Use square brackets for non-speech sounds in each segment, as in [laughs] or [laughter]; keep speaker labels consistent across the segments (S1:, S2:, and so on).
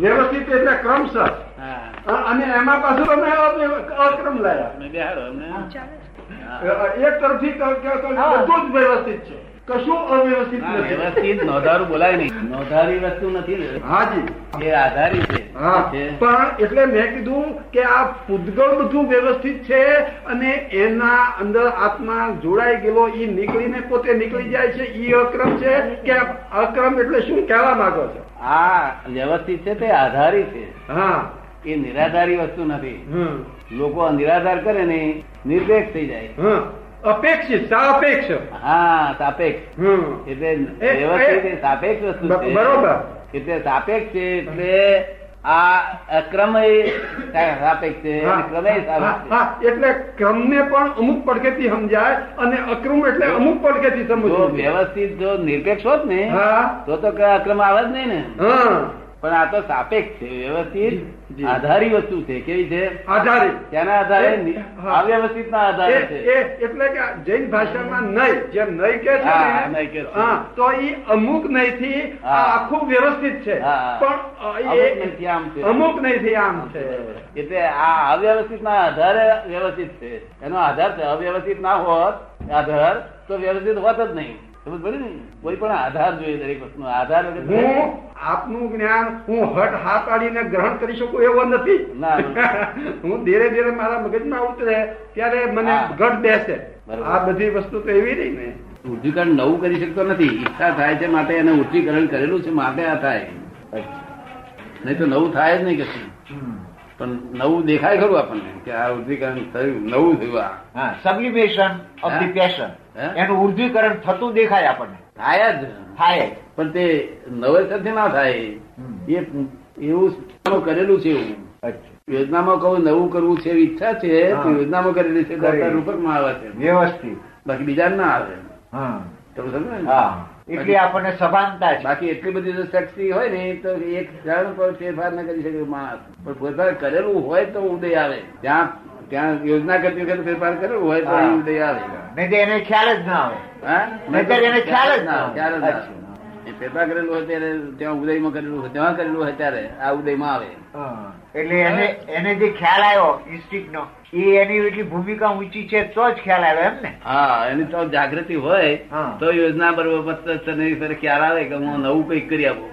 S1: વ્યવસ્થિત એટલે ક્રમસર
S2: હા
S1: અ- અને એમાં પાછું તમે આ અક્રમ લાયા
S2: તમે બેહાડો અમને હા.
S1: અ, એક તરફથી ક- ક- ક- બધું જ વ્યવસ્થિત છે કશું અવ્યવસ્થિત
S2: ના,
S1: નથી
S2: વ્યવસ્થિત નોંધારું બોલાય નહીં નોંધારી વસ્તુ નથી ને
S1: હાજી
S2: એ આધારી છે
S1: હા
S2: છે.
S1: પણ એટલે મેં કીધું કે આ પૂતગળ બધું વ્યવસ્થિત છે અને એના અંદર આત્મા જોડાઈ ગયેલો ઈ નીકળીને પોતે નીકળી જાય છે ઈ અક્રમ છે કે અક્રમ એટલે શું કહેવા માંગો છો
S2: આ વ્યવસ્થિત છે તે આધારી છે
S1: હા
S2: એ નિરાધારી વસ્તુ નથી
S1: હમ
S2: લોકો નિરાધાર કરે ને નિર્પેક્ષ થઈ જાય
S1: હમ અપેક્ષિત સાપેક્ષ
S2: હા સાપેક્ષ
S1: હમ
S2: એટલે
S1: એ- એ-
S2: વ્યવસ્થિત એ સાપેક્ષ વસ્તુ
S1: બ-
S2: છે
S1: બરોબર.
S2: એટલે સાપેક્ષ છે એટલે આ અક્રમ સાપેક્ષ છે અને ક્રમે
S1: હા,
S2: સાપેક્ષ છે
S1: હા, એટલે ક્રમને પણ અમુક પડખેથી સમજાય અને અક્રમ એટલે અમુક પડખેથી
S2: જો
S1: સમજવું
S2: વ્યવસ્થિત જો નિરપેક્ષ હોત ને
S1: હા
S2: તો તો ક- અક્રમ આવે જ નહીં ને
S1: હા
S2: પણ આ તો સાપેક્ષ છે વ્યવસ્થિત
S1: જી.
S2: આધારી વસ્તુ છે કેવી છે
S1: આધારિત
S2: તેના આધારે
S1: એ- હા.
S2: અવ્યવસ્થિત ના
S1: એ
S2: આધારે છે
S1: એ- એટલે કે જૈન ભાષામાં નય જેમ નય કે છે
S2: હા,
S1: ને,
S2: નય કે છે.
S1: હા, તો ઈ અમુક નયથી આ
S2: હા.
S1: આખું વ્યવસ્થિત છે
S2: હા.
S1: પણ અ,
S2: અમુક
S1: એ-
S2: નથી, આમ છે.
S1: અમુક નયથી આમ છે
S2: એટલે આ અવ્યવસ્થિત ના આધારે વ્યવસ્થિત છે એનો આધાર છે અવ્યવસ્થિત ના હોત આધાર તો વ્યવસ્થિત હોત જ નહીં સમજ પડી ને કોઈ પણ આધાર જોઈએ દરેક વસ્તુનો આધાર વગર
S1: હું આપનું જ્ઞાન હું હટ હાથ આડીને ગ્રહણ કરી શકું એવો નથી
S2: ના,
S1: [laughs] હું ધીરે ધીરે મારા મગજમાં ઉતરે ત્યારે મને
S2: હા.
S1: ઘટ બેસે
S2: બરોબર.
S1: આ બધી વસ્તુ તો એવી રહી ને
S2: ઉર્ધ્વીકરણ નવું કરી શકતો નથી ઈચ્છા થાય છે માટે એને ઉર્ધ્વીકરણ કરેલું છે માટે આ થાય નહીં તો નવું થાય જ નહીં કશું પણ નવું દેખાય ખરું આપણને કે આ ઉર્ધ્વીકરણ થયું નવું થયું આ
S3: હા સબલિમેશન ઓફ ધી
S2: હે?
S3: પેશન
S2: હે?
S3: એનું ઉર્ધ્વીકરણ થતું દેખાય આપણને
S2: થાય જ
S3: થાય જ.
S2: પણ તે નવેસરથી ના થાય
S3: હમ.
S2: એ એવું કરેલું છે એવું યોજનામાં કહું નવું કરવું છે એવી ઈચ્છા છે તો
S3: હા.
S2: યોજનામાં કરેલી છે
S3: કરેલી.
S2: રૂપક માં આવે છે
S3: વ્યવસ્થિત
S2: બાકી બીજા ના આવે
S3: હમ.
S2: તમે સમજો ને?
S3: હા એટલે આપણને સભાનતા છે
S2: બાકી એટલી બધી જો શક્તિ હોય ને તો એક ક્ષણ પણ ફેરફાર ન કરી શકે માણસ પણ ફેરફાર કરેલું હોય તો ઉદય આવે ત્યાં ત્યાં યોજના કરતી વખતે ફેરફાર કરેલું હોય તો એ ઉદય આવે
S3: નહીં તો એને ખ્યાલ જ ના આવે
S2: હા?
S3: નહીંતર એને ખ્યાલ જ ના આવે.
S2: ખ્યાલ જ ના આવે.
S3: અચ્છા.
S2: એ ફેરફાર કરેલું હોય ત્યારે ત્યાં ઉદયમાં કરેલું હોય ત્યાં કરેલું હોય ત્યારે આ ઉદયમાં આવે
S3: હમ. એટલે એને એને જે ખ્યાલ આવ્યો ઇન્સ્ટિક નો એ એની એટલી ભૂમિકા ઊંચી છે તો જ ખ્યાલ આવ્યો એમ ને
S2: હા એની તો જાગૃતિ હોય
S3: હા.
S2: તો યોજના બરોબર પત્તર તને ફેર ખ્યાલ આવે કે હું નવું કંઈક કરી આપું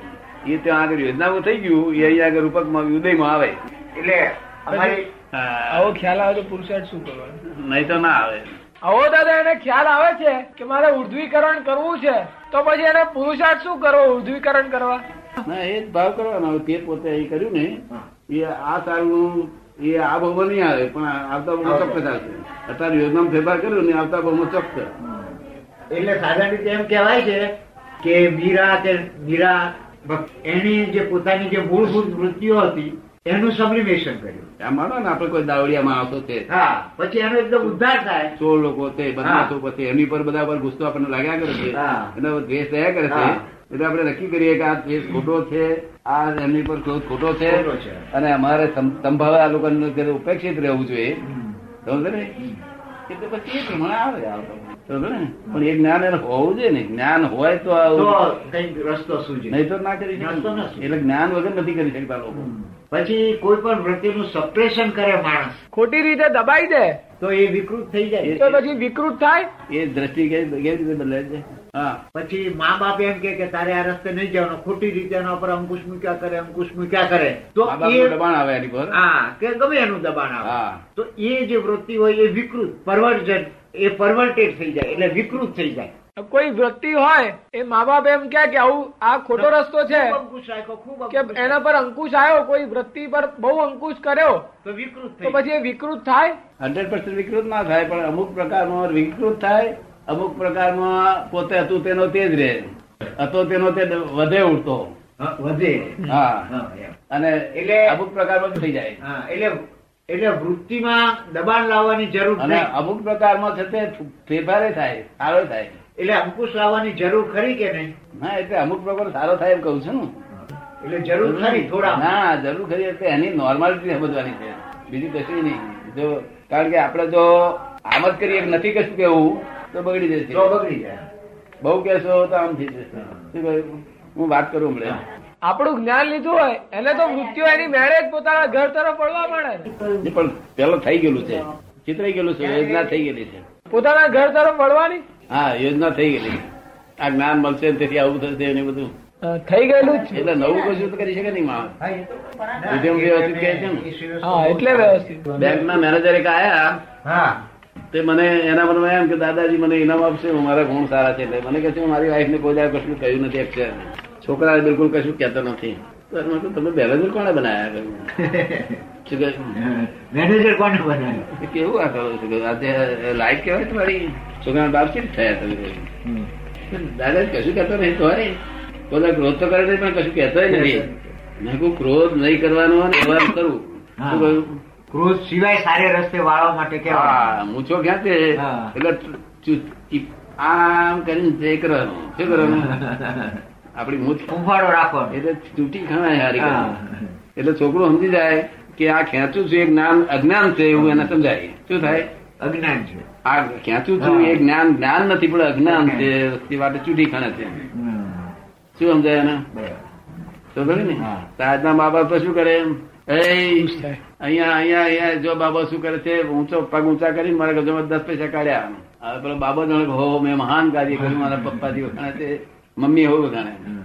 S2: એ ત્યાં આગળ યોજનામાં થઈ ગયું એ અહીંયા આગળ રૂપકમાં ઉદયમાં આવે
S3: એટલે અમારી
S4: આવો ખ્યાલ આવે તો પુરુષાર્થ શું કરવાનો
S2: નહીં તો ના આવે
S4: આવો દાદા એને ખ્યાલ આવે છે કે મારે ઉર્ધ્વીકરણ કરવું છે તો પછી એને પુરુષાર્થ શું કરવો ઉર્ધ્વીકરણ કરવા
S2: ના એ જ ભાવ કરવાનો તે પોતે એ કર્યું ને
S3: હા.
S2: એ આ સારું એ આ ભાવમાં નહીં આવે પણ આ- આવતા ભાવમાં ચોક્કસ આવશે અત્યારે યોજનામાં ફેરફાર કર્યો ને આવતા ભાવમાં ચોક્કસ
S3: એટલે સાધારણ રીતે એમ કહેવાય છે કે મીરા કે મીરા ભક્ત- એની જે પોતાની જે મૂળભૂત વૃત્તિઓ હતી એનું સબલિમેશન કર્યું
S2: એમ માનો ને આપણે કોઈ દાવડિયા માણસો છે
S3: હા પછી એનો એકદમ ઉદ્ધાર થાય
S2: ચોર લોકો તે બદમાશો પછી એમની પર બધા પર ગુસ્સો આપણને લાગ્યા કરે છે
S3: હા.
S2: એનો દ્વેષ રહ્યા કરે છે
S3: હા.
S2: એટલે આપણે નક્કી કરીએ કે આ દ્વેષ ખોટો છે આ એમની પર ક્રોધ ખોટો છે
S3: ખોટો છે.
S2: અને અમારે સમ- સંભાવે આ લોકોને ત્યારે ઉપેક્ષિત રહેવું જોઈએ
S3: હમ.
S2: સમજે ને એટલે પછી એ પ્રમાણે આવે આ લોકો. સમજે ને પણ એ જ્ઞાન એને હોવું જોઈએ ને જ્ઞાન હોય તો આવું
S3: તો કઈક રસ્તો સૂજે
S2: નહીં તો ના કરી શકે.
S3: નાસ્તો ના શું.
S2: એટલે જ્ઞાન વગર નથી કરી શકતા લોકો
S3: હમ. પછી કોઈ પણ વૃત્તિનું સપ્રેશન કરે માણસ
S4: ખોટી રીતે દબાઈ દે
S3: તો એ વિકૃત થઈ જાય
S4: તો પછી વિકૃત થાય
S2: એ દ્રષ્ટિ કેવી કેવી રીતે બદલાય છે હા
S3: પછી મા બાપ એમ કહે કે તારે આ રસ્તે નહીં જવાનું ખોટી રીતે એના પર અંકુશ મૂક્યા કરે અંકુશ મૂક્યા કરે તો
S2: આ બાબતનું
S3: એ
S2: દબાણ આવે એની પર
S3: હા કે ગમે એનું દબાણ
S2: હા.
S3: આવે તો એ જે વૃત્તિ હોય એ વિકૃત પરવર્જન એ પરવર્ટેડ થઈ જાય એટલે વિકૃત થઈ જાય
S4: કોઈ વ્યક્તિ હોય એ મા બાપ એમ કહે કે આવું આ ખોટો રસ્તો છે
S3: ખૂબ અંકુશ રાખ્યો, ખૂબ
S4: કે
S3: અંકુશ
S4: એના પર અંકુશ આવ્યો કોઈ વૃત્તિ પર બહુ અંકુશ કર્યો
S3: તો વિકૃત
S4: તો
S3: થઈ
S4: પછી એ વિકૃત થાય
S2: હંડ્રેડ વિકૃત ના થાય પણ અમુક પ્રકારમાં વિકૃત થાય અમુક પ્રકારમાં પોતે હતું તેનો તે જ રહે હતો તેનો તે વધે ઉડતો
S3: હા, વધે
S2: હા
S3: હા, એમ.
S2: અને
S3: એટલે-
S2: અમુક પ્રકારમાં થઈ જાય
S3: હા, એટલે એટલે વૃત્તિમાં દબાણ લાવવાની જરૂર
S2: અને
S3: નહીં
S2: અમુક પ્રકારમાં છે તે ફેરફારે થાય સારો થાય
S3: એટલે અંકુશ લાવવાની જરૂર ખરી કે નહીં
S2: ના એટલે અમુક પ્રકાર સારો થાય એમ કહું છું
S3: એટલે
S2: ને
S3: જરૂર ખરી થોડા
S2: ના જરૂર ખરી એટલે એની નોર્માલિટી સમજવાની છે બીજું કશું નહીં જો કારણ કે આપણે જો આમ જ કરીએ કે નથી કશું કેવું તો બગડી જશે
S3: તો બગડી જાય
S2: બહુ કહેશો તો આમ થઈ જશે શું કહ્યું? હું વાત કરું હમણાં
S4: આપણું જ્ઞાન લીધું હોય એને તો મૃત્યુ એની મેળે જ પોતાના ઘર તરફ વળવા મળે ને.
S2: એ પણ પેલો થઈ ગયેલું છે ચિતરાઈ ગયેલું છે યોજના થઈ ગયેલી છે
S4: પોતાના ઘર તરફ વળવાની
S2: હા યોજના થઈ ગયેલી છે. આ જ્ઞાન મળશે ને તેથી આવું થશે ને બધું
S4: અ, થઈ ગયેલું જ છે
S2: એટલે નવું કશું તો કરી શકે નહીં માણસ
S3: હા, એ તો
S2: ઉદ્યમ વ્યવસ્થિત કહે છે ને.
S4: હા એટલે વ્યવસ્થિત
S2: બેંક ના મેનેજર એક આયા
S3: હા
S2: તે મને એના મનમાં એમ કે દાદાજી મને ઇનામ આપશે હું મારા ગુણ સારા છે એટલે મને કહે છે હું મારી વાઈફ ને કોઈ દાડો કશું કહ્યું નથી અક્ષર છોકરા બિલકુલ કશું કહેતો નથી તો એમ હતું, તમે બેલેન્સર કોણે બનાયા શું કહે?
S3: મેનેજર કોને બનાવ્યો
S2: એ કેવું આ કરો છો કે આજે લાઈટ કહેવાય તમારી છોકરાના બાપ કેમ થયા તમે કહ્યું.
S3: હમ.
S2: દાદાજી કશું કહેતો નહીં તો અરે બધા ક્રોધ તો કરે છે પણ કશું કહેતો નથી મેં કહ્યું ક્રોધ નહીં કરવાનો અને વ્યવહાર કરવું
S3: હા.
S2: શું કહ્યું
S3: ક્રોધ સિવાય સારે રસ્તે વાળવા માટે કેવા
S2: હા મૂછો ક્યાં છે
S3: હા.
S2: એટલે ચુ- ચી- આમ કરીને જે કરવાનું શું કરવાનું આપડી મૂછ
S3: ફૂંફાડો રાખો
S2: એટલે ચૂંટી ખણાય હારી
S3: હા.
S2: કરવાની. એટલે છોકરો સમજી જાય કે આ ખેંચું છું એ જ્ઞાન અજ્ઞાન છે એવું એને સમજાય શું થાય
S3: અજ્ઞાન છે
S2: આ ખેંચું છું એ જ્ઞાન જ્ઞાન નથી પણ અજ્ઞાન છે એ માટે ચૂંટી ખણે છે
S3: હમ.
S2: શું સમજાય એને
S3: બરાબર.
S2: તો ખરું ને
S3: હા.
S2: તો આજના મા બાપ તો શું કરે એ અહીંયા અહીંયા અહીંયા જો બાબા શું કરે છે ઊંચો પગ ઊંચા કરીને મારા ગજોમાં દસ પૈસા કાઢ્યા હવે પેલો બાબો જાણે કે હો મેં મહાન કાર્ય કર્યું મારા પપ્પાજી વખાણે છે મમ્મી એવું વખાણે
S3: હમ.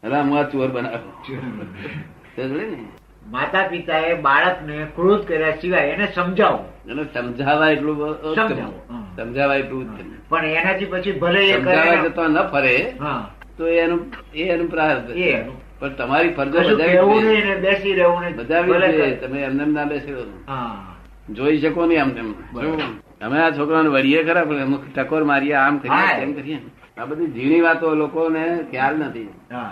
S2: એટલે હું આ ચોર બનાવ્યો તો જોયું ને
S3: માતા પિતાએ બાળકને ક્રોધ કર્યા સિવાય એને સમજાવવું
S2: એટલે સમજાવાય એટલું બ-
S3: સમજાવો. હા.
S2: સમજાવાય એટલું જ કરે.
S3: પણ એનાથી પછી ભલે એ
S2: સમજાવાય
S3: કરે
S2: જતો ન ફરે
S3: હા
S2: તો એનું એ એનું પ્રાર્થ
S3: એ એનું.
S2: પણ તમારી ફરજો
S3: કશું
S2: બજાવી
S3: કહેવું
S2: છે.
S3: નહીં ને બેસી રહેવું નહીં
S2: બજાવી
S3: ભલે
S2: છે.
S3: કરે.
S2: તમે એમને એમ ના બેસેલો
S3: હા
S2: જોઈ શકો નહીં આમ તેમ
S3: બરાબર.
S2: અમે આ છોકરાને વળીએ ખરા પણ એમ ટકોર મારીએ આમ કરીએ
S3: હા.
S2: તેમ કરીએ આ બધી ઝીણી વાતો લોકોને ખ્યાલ નથી
S3: હા